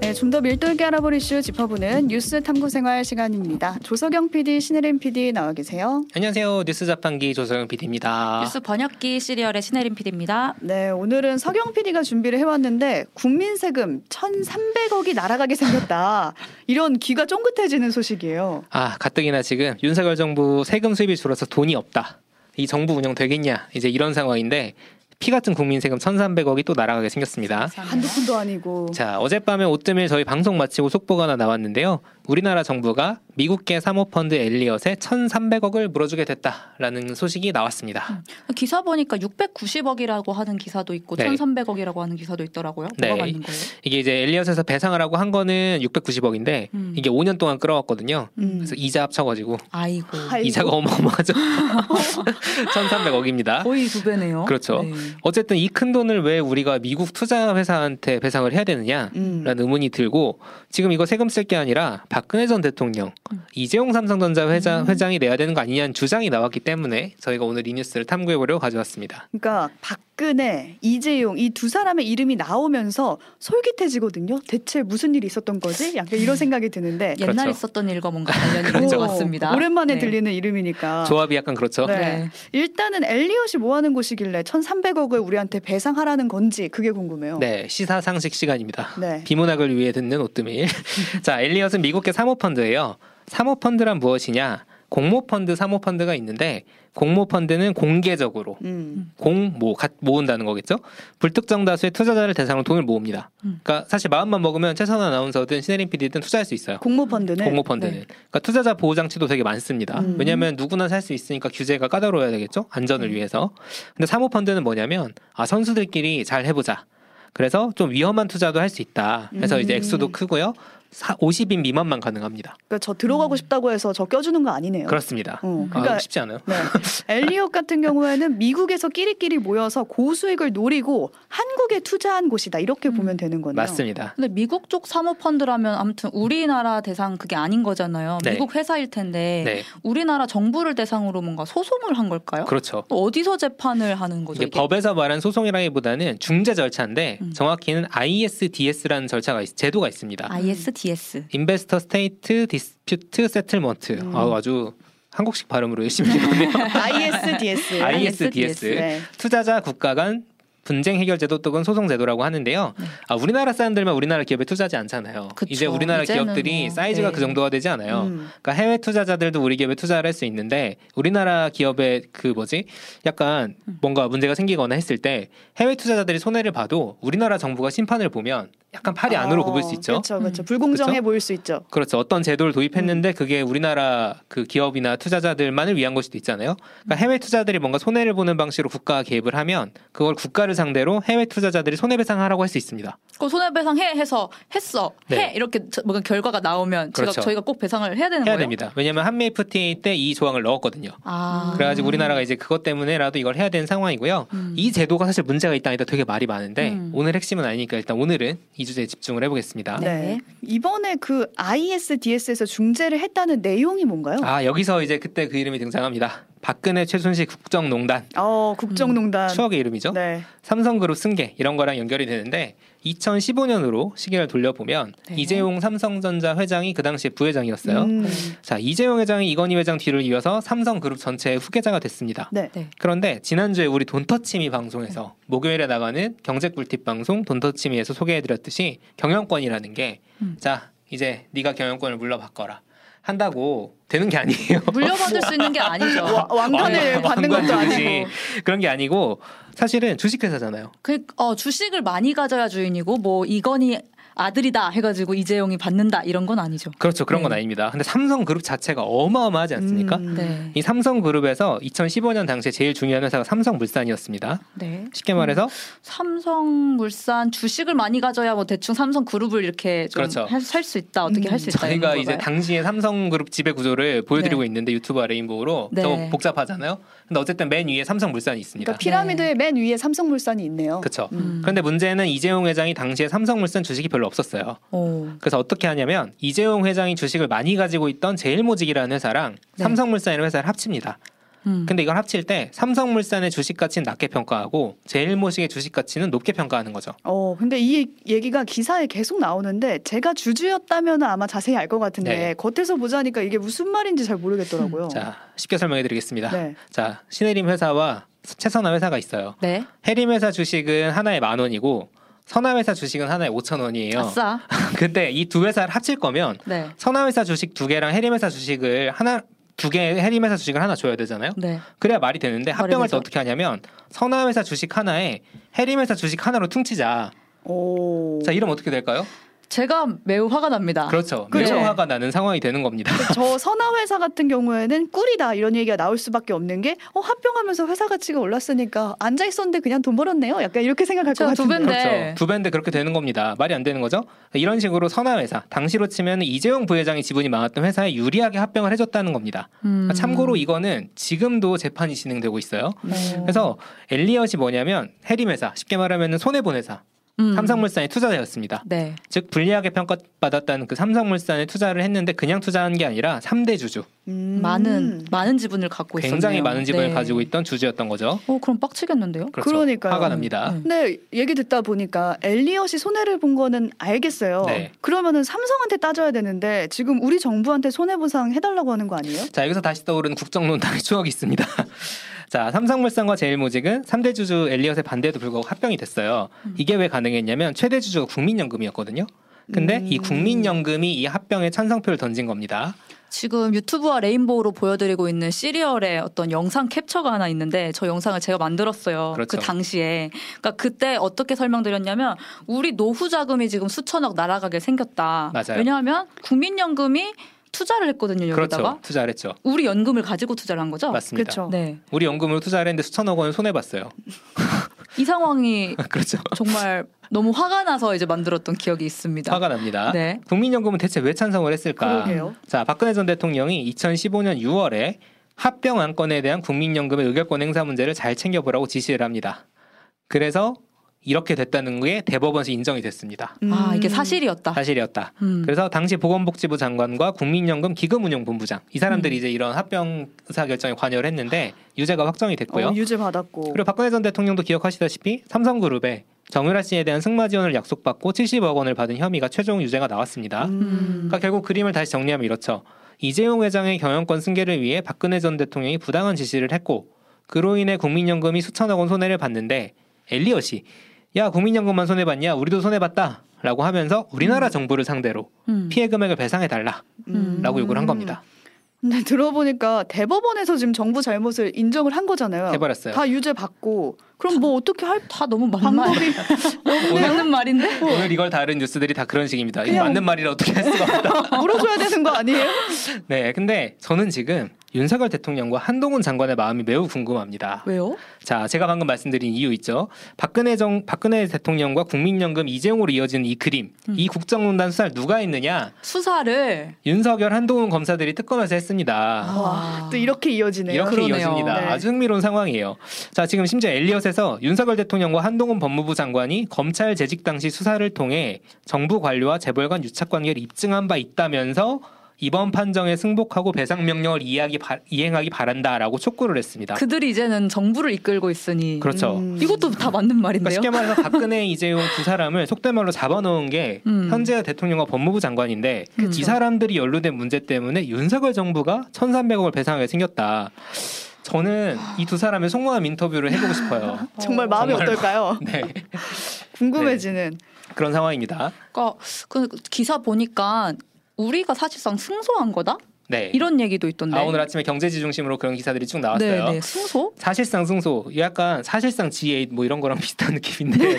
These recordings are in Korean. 네, 좀 더 밀도 있게 알아볼 이슈 짚어보는 뉴스 탐구 생활 시간입니다. 조석영 PD, 신혜림 PD 나와 계세요. 안녕하세요. 뉴스 자판기 조서영 PD입니다. 뉴스 번역기 시리얼의 신혜림 PD입니다. 네, 오늘은 석영 PD가 준비를 해왔는데 국민 세금 1,300억이 날아가게 생겼다. 이런 귀가 쫑긋해지는 소식이에요. 아, 가뜩이나 지금 윤석열 정부 세금 수입이 줄어서 돈이 없다. 이 정부 운영 되겠냐? 이제 이런 상황인데 피 같은 국민 세금 1,300억이 또 날아가게 생겼습니다. 한두 푼도 아니고. 자, 어젯밤에 오뜨밀 저희 방송 마치고 속보가 하나 나왔는데요. 우리나라 정부가 미국계 사모펀드 엘리엇에 1,300억을 물어주게 됐다라는 소식이 나왔습니다. 기사 보니까 690억이라고 하는 기사도 있고 네. 1,300억이라고 하는 기사도 있더라고요. 네. 뭐가 맞는 거예요? 이게 이제 엘리엇에서 배상을 하고 한 거는 690억인데 음. 이게 5년 동안 끌어왔거든요. 음. 그래서 이자 합쳐가지고 아이고. 아이고. 이자가 어마어마하죠. 1,300억입니다. 거의 두 배네요. 그렇죠. 네. 어쨌든 이 큰 돈을 왜 우리가 미국 투자 회사한테 배상을 해야 되느냐라는 음. 의문이 들고 지금 이거 세금 쓸 게 아니라 박근혜 전 대통령 이재용 삼성전자 음. 회장 회장이 내야 되는 거 아니냐는 주장이 나왔기 때문에 저희가 오늘 이 뉴스를 탐구해 보려고 가져왔습니다. 그러니까 박근혜, 이재용 이 두 사람의 이름이 나오면서 솔깃해지거든요. 대체 무슨 일이 있었던 거지? 약간 이런 생각이 드는데 옛날에 그렇죠. 있었던 일과 뭔가 관련이 있는 그렇죠. 것 같습니다. 네. 오랜만에 네. 들리는 이름이니까. 조합이 약간 그렇죠. 아. 네. 네. 일단은 엘리엇이 뭐 하는 곳이길래 1,300억을 우리한테 배상하라는 건지 그게 궁금해요. 네, 시사 상식 시간입니다. 네. 비문학을 위해 듣는 오뜨밀. 자, 엘리엇은 미국의 사모펀드예요. 사모펀드란 무엇이냐? 공모펀드, 사모펀드가 있는데 공모펀드는 공개적으로 음. 공모 갓 모은다는 거겠죠. 불특정 다수의 투자자를 대상으로 돈을 모읍니다. 음. 그러니까 사실 마음만 먹으면 최선 아나운서든 신혜림 PD든 투자할 수 있어요. 공모 펀드는 공모 펀드는 네. 그러니까 투자자 보호 장치도 되게 많습니다. 음. 왜냐하면 누구나 살 수 있으니까 규제가 까다로워야 되겠죠. 안전을 네. 위해서. 근데 사모 펀드는 뭐냐면 아 선수들끼리 잘 해보자. 그래서 좀 위험한 투자도 할 수 있다. 그래서 이제 음. 액수도 크고요. 사, 50인 미만만 가능합니다. 그러니까 저 들어가고 싶다고 해서 저 껴주는 거 아니네요. 그렇습니다. 어, 아, 그러니까 쉽지 않아요. 네. 엘리엇 같은 경우에는 미국에서 끼리끼리 모여서 고수익을 노리고 한국에 투자한 곳이다 이렇게 음. 보면 되는 거네요. 맞습니다. 근데 미국 쪽 사모펀드라면 아무튼 우리나라 대상 그게 아닌 거잖아요. 네. 미국 회사일 텐데 네, 우리나라 정부를 대상으로 뭔가 소송을 한 걸까요? 그렇죠. 또 어디서 재판을 하는 뭐 거죠? 이게 이게? 법에서 말한 소송이라기보다는 중재 절차인데 음. 정확히는 E ISDS라는 절차가 있- 제도가 음. 있습니다. ISDS. 인베스터 스테이트 디스퓨트 세틀먼트. 음. 아, 아주 한국식 발음으로 열심히 하네요. ISDS. ISDS. 네. 투자자 국가 간 분쟁 해결 제도 또는 소송 제도라고 하는데요. 아, 우리나라 사람들만 우리나라 기업에 투자하지 않잖아요. 네. 그쵸. 이제 우리나라 이제는 기업들이 뭐, 사이즈가 네. 그 정도가 되지 않아요. 음. 그러니까 해외 투자자들도 우리 기업에 투자를 할 수 있는데 우리나라 기업의 그 뭐지 약간 음. 뭔가 문제가 생기거나 했을 때 해외 투자자들이 손해를 봐도 우리나라 정부가 심판을 보면 약간 팔이 안으로 굽을 수 있죠. 그렇죠, 그렇죠. 음. 불공정해 그쵸? 보일 수 있죠. 그렇죠. 어떤 제도를 도입했는데 그게 우리나라 그 기업이나 투자자들만을 위한 걸 수도 있잖아요. 그러니까 해외 투자들이 뭔가 손해를 보는 방식으로 국가가 개입을 하면 그걸 국가를 상대로 해외 투자자들이 손해배상하라고 할 수 있습니다. 그 손해배상 해 해서 했어 네. 해 이렇게 저- 뭔가 결과가 나오면 제가 그렇죠. 저희가 꼭 배상을 해야 되는 해야 거예요. 됩니다. 왜냐하면 한미 FTA 때 이 조항을 넣었거든요. 아, 그래가지고 우리나라가 이제 그것 때문에라도 이걸 해야 되는 상황이고요. 이 제도가 사실 문제가 있다 아니다 되게 말이 많은데 음. 오늘 핵심은 아니니까 일단 오늘은 이 주제에 집중을 해보겠습니다. 네. 이번에 그 ISDS에서 중재를 했다는 내용이 뭔가요? 아 여기서 이제 그때 그 이름이 등장합니다. 박근혜 최순실 국정농단 어, 아. 국정농단. 추억의 이름이죠. 네. 삼성그룹 승계 이런 거랑 연결이 되는데 2015년으로 시계를 돌려보면 네. 이재용 삼성전자 회장이 그 당시에 부회장이었어요. 음. 자 이재용 회장이 이건희 회장 뒤를 이어서 삼성그룹 전체의 후계자가 됐습니다. 네. 네. 그런데 지난주에 우리 돈터치미 방송에서 목요일에 나가는 경제 꿀팁 방송 돈터치미에서 소개해드렸듯이 경영권이라는 게 자 음. 이제 네가 경영권을 물려받거라 한다고 되는 게 아니에요. 물려받을 수 있는 게 아니죠. 와- 왕관을 네. 받는 것도 왕관 주듯이 아니고. 그런 게 아니고 사실은 주식회사잖아요. 그 어, 주식을 많이 가져야 주인이고 뭐 이건희 아들이다 해가지고 이재용이 받는다 이런 건 아니죠. 그렇죠 그런 건 네. 아닙니다. 근데 삼성그룹 자체가 어마어마하지 않습니까? 음. 네. 이 삼성그룹에서 2015년 당시에 제일 중요한 회사가 삼성물산이었습니다. 네. 쉽게 말해서 삼성물산 주식을 많이 가져야 뭐 대충 삼성그룹을 이렇게 그렇죠. 음. 좀살수 있다 어떻게 할 수 있다. 이런 저희가 이제 건가요? 당시에 삼성그룹 지배 구조를 보여드리고 있는데 유튜브 레인보우로 네. 더 복잡하잖아요. 근데 어쨌든 맨 위에 삼성물산이 있습니다. 그러니까 피라미드의 맨 위에 삼성물산이 있네요. 네. 그렇죠. 그렇죠. 음. 그런데 문제는 이재용 회장이 당시에 삼성물산 주식이 별로 없었어요. 오. 그래서 어떻게 하냐면 이재용 회장이 주식을 많이 가지고 있던 제일모직이라는 회사랑 네. 삼성물산이라는 회사를 합칩니다. 음. 근데 이걸 합칠 때 삼성물산의 주식 가치는 낮게 평가하고 제일모직의 주식 가치는 높게 평가하는 거죠. 어, 근데 이 얘기가 기사에 계속 나오는데 제가 주주였다면 아마 자세히 알 것 같은데 네. 겉에서 보자니까 이게 무슨 말인지 잘 모르겠더라고요. 그렇죠. 자, 쉽게 설명해 드리겠습니다. 네. 자, 신혜림 회사와 최선화 회사가 있어요. 네. 해림 회사 주식은 하나에 만 원이고 선화 회사 주식은 하나에 오천 원이에요. 아싸. 근데 이 두 회사를 합칠 거면 네. 선화 회사 주식 두 개랑 해림 회사 주식을 하나 두 개 해림 회사 주식을 하나 줘야 되잖아요. 네. 그래야 말이 되는데 말이 합병할 때 되죠. 어떻게 하냐면 선화 회사 주식 하나에 해림 회사 주식 하나로 퉁치자. 오. 자, 이러면 어떻게 될까요? 제가 매우 화가 납니다. 그렇죠. 그렇죠. 매우 화가 나는 상황이 되는 겁니다. 저 선화회사 같은 경우에는 꿀이다 이런 얘기가 나올 수밖에 없는 게 어, 합병하면서 회사 가치가 올랐으니까 앉아 있었는데 그냥 돈 벌었네요. 약간 이렇게 생각할 것 그렇죠. 두 같은데. 배인데. 그렇죠. 두 배인데 그렇게 되는 겁니다. 말이 안 되는 거죠? 이런 식으로 선화회사, 당시로 치면 이재용 부회장이 지분이 많았던 회사에 유리하게 합병을 해줬다는 겁니다. 그러니까 음. 아, 참고로 이거는 지금도 재판이 진행되고 있어요. 어. 그래서 엘리엇이 뭐냐면 해림회사, 쉽게 말하면 손해본 회사, 음. 삼성물산에 투자자였습니다. 네. 즉 불리하게 평가받았다는 그 삼성물산에 투자를 했는데 그냥 투자한 게 아니라 3대 주주, 음. 네. 많은 많은 지분을 갖고 있었네요. 굉장히 많은 지분을 네. 가지고 있던 주주였던 거죠. 어 그럼 빡치겠는데요? 그렇죠. 그러니까요. 화가 납니다. 음. 근데 얘기 듣다 보니까 엘리엇이 손해를 본 거는 알겠어요. 네. 그러면은 삼성한테 따져야 되는데 지금 우리 정부한테 손해 보상 해달라고 하는 거 아니에요? 자 여기서 다시 떠오른 국정농단의 추억이 있습니다. 자 삼성물산과 제일모직은 3대 주주 엘리엇의 반대에도 불구하고 합병이 됐어요. 이게 왜 가능했냐면 최대 주주가 국민연금이었거든요. 근데 이 국민연금이 이 합병에 찬성표를 던진 겁니다. 지금 유튜브와 레인보우로 보여드리고 있는 시리얼의 어떤 영상 캡처가 하나 있는데 저 영상을 제가 만들었어요. 그렇죠. 그 당시에. 그러니까 그때 어떻게 설명드렸냐면 우리 노후 자금이 지금 수천억 날아가게 생겼다. 맞아요. 왜냐하면 국민연금이 투자를 했거든요. 여기다가. 그렇죠. 투자를 했죠. 우리 연금을 가지고 투자를 한 거죠? 맞습니다. 그렇죠. 네. 우리 연금으로 투자를 했는데 수천억 원을 손해봤어요. 이 상황이 그렇죠. 정말 너무 화가 나서 이제 만들었던 기억이 있습니다. 화가 납니다. 네. 국민연금은 대체 왜 찬성을 했을까? 그러게요. 자 박근혜 전 대통령이 2015년 6월에 합병 안건에 대한 국민연금의 의결권 행사 문제를 잘 챙겨보라고 지시를 합니다. 그래서 이렇게 됐다는 게 대법원에서 인정이 됐습니다. 아, 이게 음. 사실이었다. 사실이었다. 음. 그래서 당시 보건복지부 장관과 국민연금 기금운용본부장 이 음. 사람들이 이제 이런 합병 의사 결정에 관여를 했는데 유죄가 확정이 됐고요. 어, 유죄 받았고. 그리고 박근혜 전 대통령도 기억하시다시피 삼성그룹에 정유라 씨에 대한 승마 지원을 약속받고 70억 원을 받은 혐의가 최종 유죄가 나왔습니다. 음. 그러니까 결국 그림을 다시 정리하면 이렇죠. 이재용 회장의 경영권 승계를 위해 박근혜 전 대통령이 부당한 지시를 했고 그로 인해 국민연금이 수천억 원 손해를 봤는데 엘리엇이 야 국민연금만 손해봤냐 우리도 손해봤다 라고 하면서 우리나라 정부를 상대로 음. 피해 금액을 배상해달라고 음. 요구를 한 겁니다. 근데 들어보니까 대법원에서 지금 정부 잘못을 인정을 한 거잖아요. 해버렸어요. 다 유죄 받고 그럼 뭐 어떻게 할 다 너무 만만 방법이 맞는 말인데. 오늘 이걸 다룬 뉴스들이 다 그런 식입니다. 이게 그냥- 맞는 말이라 어떻게 할 수가 없다. 물어줘야 되는 거 아니에요? 네, 근데 저는 지금 윤석열 대통령과 한동훈 장관의 마음이 매우 궁금합니다. 왜요? 자, 제가 방금 말씀드린 이유 있죠. 박근혜 정 박근혜 대통령과 국민연금 이재용으로 이어지는 이 그림, 음. 이 국정농단 수사를 누가 했느냐? 수사를 윤석열, 한동훈 검사들이 특검에서 했습니다. 아, 와, 또 이렇게 이어지네요. 이렇게 그러네요. 이어집니다. 네. 아주 흥미로운 상황이에요. 자, 지금 심지어 엘리엇에서 윤석열 대통령과 한동훈 법무부 장관이 검찰 재직 당시 수사를 통해 정부 관료와 재벌 간 유착 관계를 입증한 바 있다면서 이번 판정에 승복하고 배상 명령을 이해하기 바- 이행하기 바란다라고 촉구를 했습니다. 그들이 이제는 정부를 이끌고 있으니 그렇죠. 음. 이것도 다 맞는 그러니까 말인데요. 쉽게 말해서 박근혜, 이재용 두 사람을 속된 말로 잡아놓은 게 음. 현재 대통령과 법무부 장관인데 그쵸. 이 사람들이 연루된 문제 때문에 윤석열 정부가 1,300억을 배상하게 생겼다. 저는 이 두 사람의 속마음 인터뷰를 해보고 싶어요. 정말 마음이 정말. 어떨까요? 네, 궁금해지는. 그런 상황입니다. 그러니까 그 기사 보니까 우리가 사실상 승소한 거다 네. 이런 얘기도 있던데. 아 오늘 아침에 경제지 중심으로 그런 기사들이 쭉 나왔어요. 네네 승소. 사실상 승소, 약간 사실상 G8 뭐 이런 거랑 비슷한 느낌인데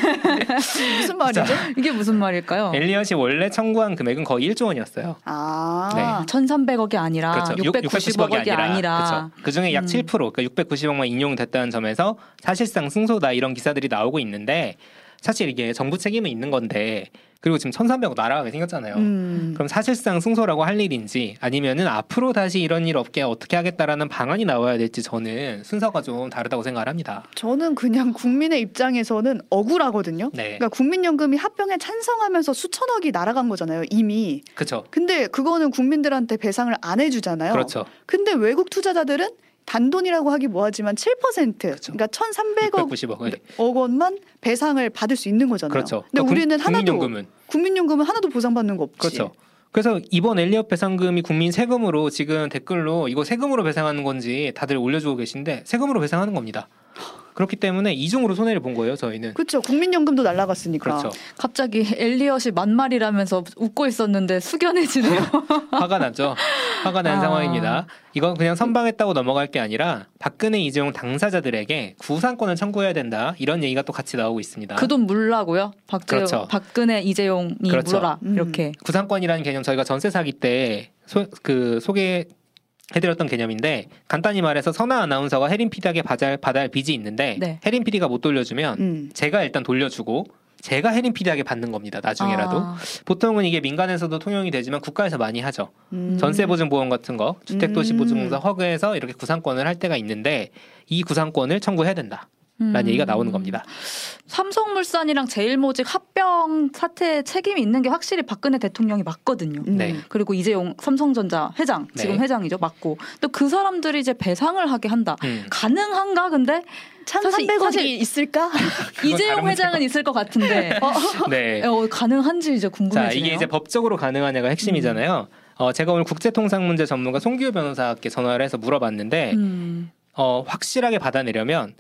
무슨 말이죠? 이게 무슨 말일까요? 엘리엇이 원래 청구한 금액은 거의 1조 원이었어요. 아, 1,300억이 아니라 그렇죠. 그렇죠. 육- 690억이 아니라. 그중에약 음. 7%, 그러니까 690억만 인용됐다는 점에서 사실상 승소다 이런 기사들이 나오고 있는데 사실 이게 정부 책임은 있는 건데 그리고 지금 1,300억 날아가게 생겼잖아요. 음. 네, 그럼 사실상 승소라고 할 일인지 아니면은 앞으로 다시 이런 일 없게 어떻게 하겠다라는 방안이 나와야 될지 저는 순서가 좀 다르다고 생각을 합니다. 저는 그냥 국민의 입장에서는 억울하거든요. 네, 그러니까 국민연금이 합병에 찬성하면서 수천억이 날아간 거잖아요, 이미. 그렇죠, 근데 그거는 국민들한테 배상을 안 해주잖아요. 그렇죠. 근데 외국 투자자들은 단돈이라고 하기 뭐하지만 7% 그러니까 1,300억 그렇죠. 690억. 네. 억 원만 배상을 받을 수 있는 거잖아요. 그렇죠. 근데 국- 우리는 하나도 국민연금은 국민연금은 하나도 보상받는 거 없지. 그렇죠. 그래서 이번 엘리엇 배상금이 국민 세금으로 지금 댓글로 이거 세금으로 배상하는 건지 다들 올려주고 계신데 세금으로 배상하는 겁니다. 그렇기 때문에 이중으로 손해를 본 거예요 저희는. 그렇죠. 국민연금도 날라갔으니까. 그렇죠. 갑자기 엘리엇이 만말이라면서 웃고 있었는데 숙연해지네요. 화가 나죠. 화가 난 아. 상황입니다. 이건 그냥 선방했다고 넘어갈 게 아니라 박근혜 이재용 당사자들에게 구상권을 청구해야 된다 이런 얘기가 또 같이 나오고 있습니다. 그 돈 물라고요? 박재용, 네. 그렇죠. 박근혜, 이재용이 그렇죠. 물어라 음. 이렇게. 구상권이라는 개념 저희가 전세 사기 때 소, 그 소개 해드렸던 개념인데 간단히 말해서 선아 아나운서가 혜린 PD에게 받을, 받을 빚이 있는데 네. 혜린 PD가 못 돌려주면 음. 제가 일단 돌려주고 제가 혜린 PD에게 받는 겁니다. 나중에라도 아, 보통은 이게 민간에서도 통용이 되지만 국가에서 많이 하죠. 음. 전세보증보험 같은 거 주택도시보증공사 음. 허그에서 이렇게 구상권을 할 때가 있는데 이 구상권을 청구해야 된다라는 음. 얘기가 나오는 겁니다. 삼성물산이랑 제일모직 합병 사태 책임이 있는 게 확실히 박근혜 대통령이 맞거든요. 음. 네. 그리고 이재용 삼성전자 회장 네. 지금 회장이죠 맞고 또 그 사람들이 이제 배상을 하게 한다. 음. 가능한가 근데 1,300억이 사실- 있을까? 이재용 다른 회장은 있을 것 같은데 어, 네. 어, 가능한지 이제 궁금해지네요. 음. 자 이게 이제 법적으로 가능하냐가 핵심이잖아요. 어, 제가 오늘 국제통상문제 전문가 송기호 변호사께 전화를 해서 물어봤는데 음. 어, 확실하게 받아내려면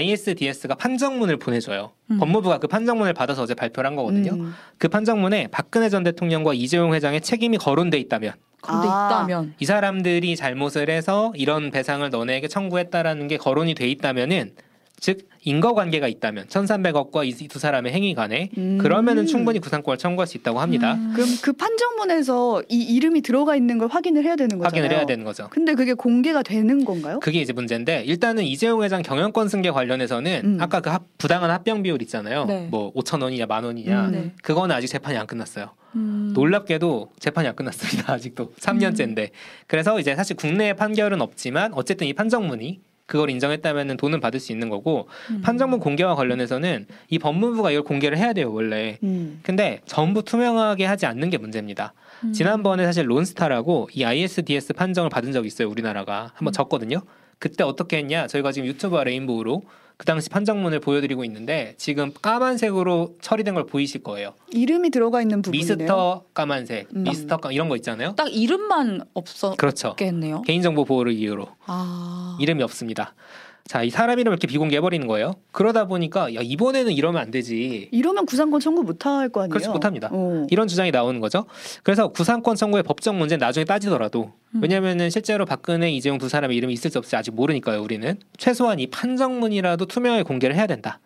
ISDS가 판정문을 보내줘요. 음. 법무부가 그 판정문을 받아서 어제 발표를 한 거거든요. 음. 그 판정문에 박근혜 전 대통령과 이재용 회장의 책임이 거론돼 있다면 근데 아. 있다면 이 사람들이 잘못을 해서 이런 배상을 너네에게 청구했다라는 게 거론이 돼 있다면은 즉 인과관계가 있다면 1,300억과 이 두 사람의 행위 간에 음. 그러면은 충분히 구상권을 청구할 수 있다고 합니다. 음. 그럼 그 판정문에서 이 이름이 들어가 있는 걸 확인을 해야 되는 거잖아요. 확인을 해야 되는 거죠. 근데 그게 공개가 되는 어? 건가요? 그게 이제 문제인데 일단은 이재용 회장 경영권 승계 관련해서는 음. 아까 그 합- 부당한 합병 비율 있잖아요. 네. 뭐 5천 원이냐 만 원이냐 음. 네. 그거는 아직 재판이 안 끝났어요. 음. 놀랍게도 재판이 안 끝났습니다. 아직도 3년째인데 음. 그래서 이제 사실 국내에 판결은 없지만 어쨌든 이 판정문이 그걸 인정했다면 돈은 받을 수 있는 거고 음. 판정문 공개와 관련해서는 이 법무부가 이걸 공개를 해야 돼요 원래. 음. 근데 전부 투명하게 하지 않는 게 문제입니다. 음. 지난번에 사실 론스타라고 이 ISDS 판정을 받은 적이 있어요. 우리나라가 음. 한번 졌거든요. 그때 어떻게 했냐? 저희가 지금 유튜브와 레인보우로 그 당시 판정문을 보여드리고 있는데 지금 까만색으로 처리된 걸 보이실 거예요. 이름이 들어가 있는 부분이네요. 미스터 까만색, 음. 미스터 까 이런 거 있잖아요. 딱 이름만 없었겠네요. 그렇죠. 개인정보 보호를 이유로 아. 이름이 없습니다. 자, 이 사람 이름 을 이렇게 비공개해 버리는 거예요. 그러다 보니까 야 이번에는 이러면 안 되지. 이러면 구상권 청구 못 할 거 아니에요? 그렇지, 못합니다. 어. 이런 주장이 나오는 거죠. 그래서 구상권 청구의 법적 문제는 나중에 따지더라도 음. 왜냐하면은 실제로 박근혜, 이재용 두 사람의 이름이 있을지 없을지 아직 모르니까요. 우리는 최소한 이 판정문이라도 투명하게 공개를 해야 된다라는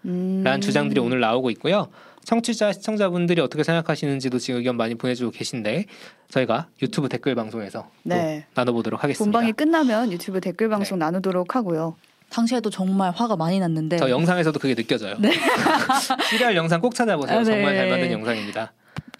음. 주장들이 오늘 나오고 있고요. 청취자 시청자분들이 어떻게 생각하시는지도 지금 의견 많이 보내주고 계신데 저희가 유튜브 댓글 방송에서 또 네. 나눠보도록 하겠습니다. 네. 본방이 끝나면 유튜브 댓글 방송 나누도록 하고요. 당시에도 정말 화가 많이 났는데 네. 저 영상에서도 그게 느껴져요. 네. 시리얼 영상 꼭 찾아보세요. 아, 네. 정말 잘 만든 영상입니다.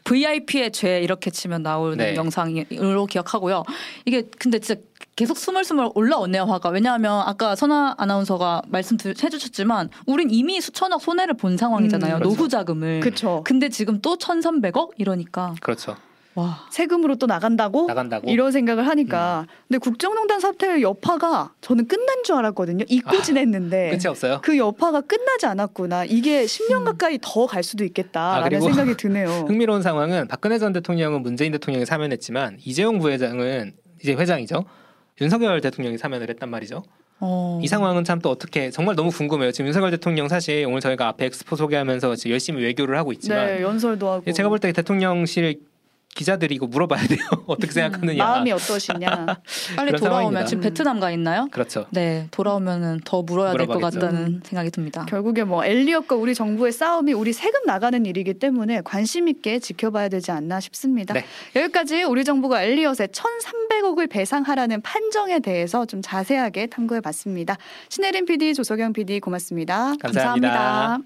VIP의 죄 이렇게 치면 나오는 네. 영상으로 기억하고요. 이게 근데 진짜 계속 스멀스멀 올라오네요 화가. 왜냐하면 아까 선아 아나운서가 말씀 드- 해주셨지만 우린 이미 수천억 손해를 본 상황이잖아요. 음, 그렇죠. 노후 자금을. 그렇죠. 근데 지금 또 1,300억 이러니까 그렇죠. 와. 세금으로 또 나간다고? 나간다고. 어? 음. 이런 생각을 하니까. 근데 국정농단 사태의 여파가 저는 끝난 줄 알았거든요. 잊고 아, 지냈는데. 끝이 없어요. 그 여파가 끝나지 않았구나. 이게 10년 가까이 더 갈 수도 음. 아, 있겠다라는 그리고 생각이 드네요. 흥미로운 상황은 박근혜 전 대통령은 문재인 대통령이 사면했지만 이재용 부회장은 이제 회장이죠. 윤석열 대통령이 사면을 했단 말이죠. 어. 이 상황은 참 또 어떻게 정말 너무 궁금해요. 지금 윤석열 대통령 사실 오늘 저희가 앞에 엑스포 소개하면서 지금 열심히 외교를 하고 있지만 네, 연설도 하고. 제가 볼 때 대통령실 기자들이 이거 물어봐야 돼요. 어떻게 생각하느냐. 마음이 어떠시냐. 빨리 그런 돌아오면 상황입니다. 음. 지금 베트남 가 있나요? 그렇죠. 네, 돌아오면은 더 물어야 될 것 물어봐야겠죠. 같다는 생각이 듭니다. 결국에 뭐 엘리엇과 우리 정부의 싸움이 우리 세금 나가는 일이기 때문에 관심 있게 지켜봐야 되지 않나 싶습니다. 네. 여기까지 우리 정부가 엘리엇에 1,300억을 배상하라는 판정에 대해서 좀 자세하게 탐구해 봤습니다. 신혜림 PD, 조석영 PD 고맙습니다. 감사합니다. 감사합니다.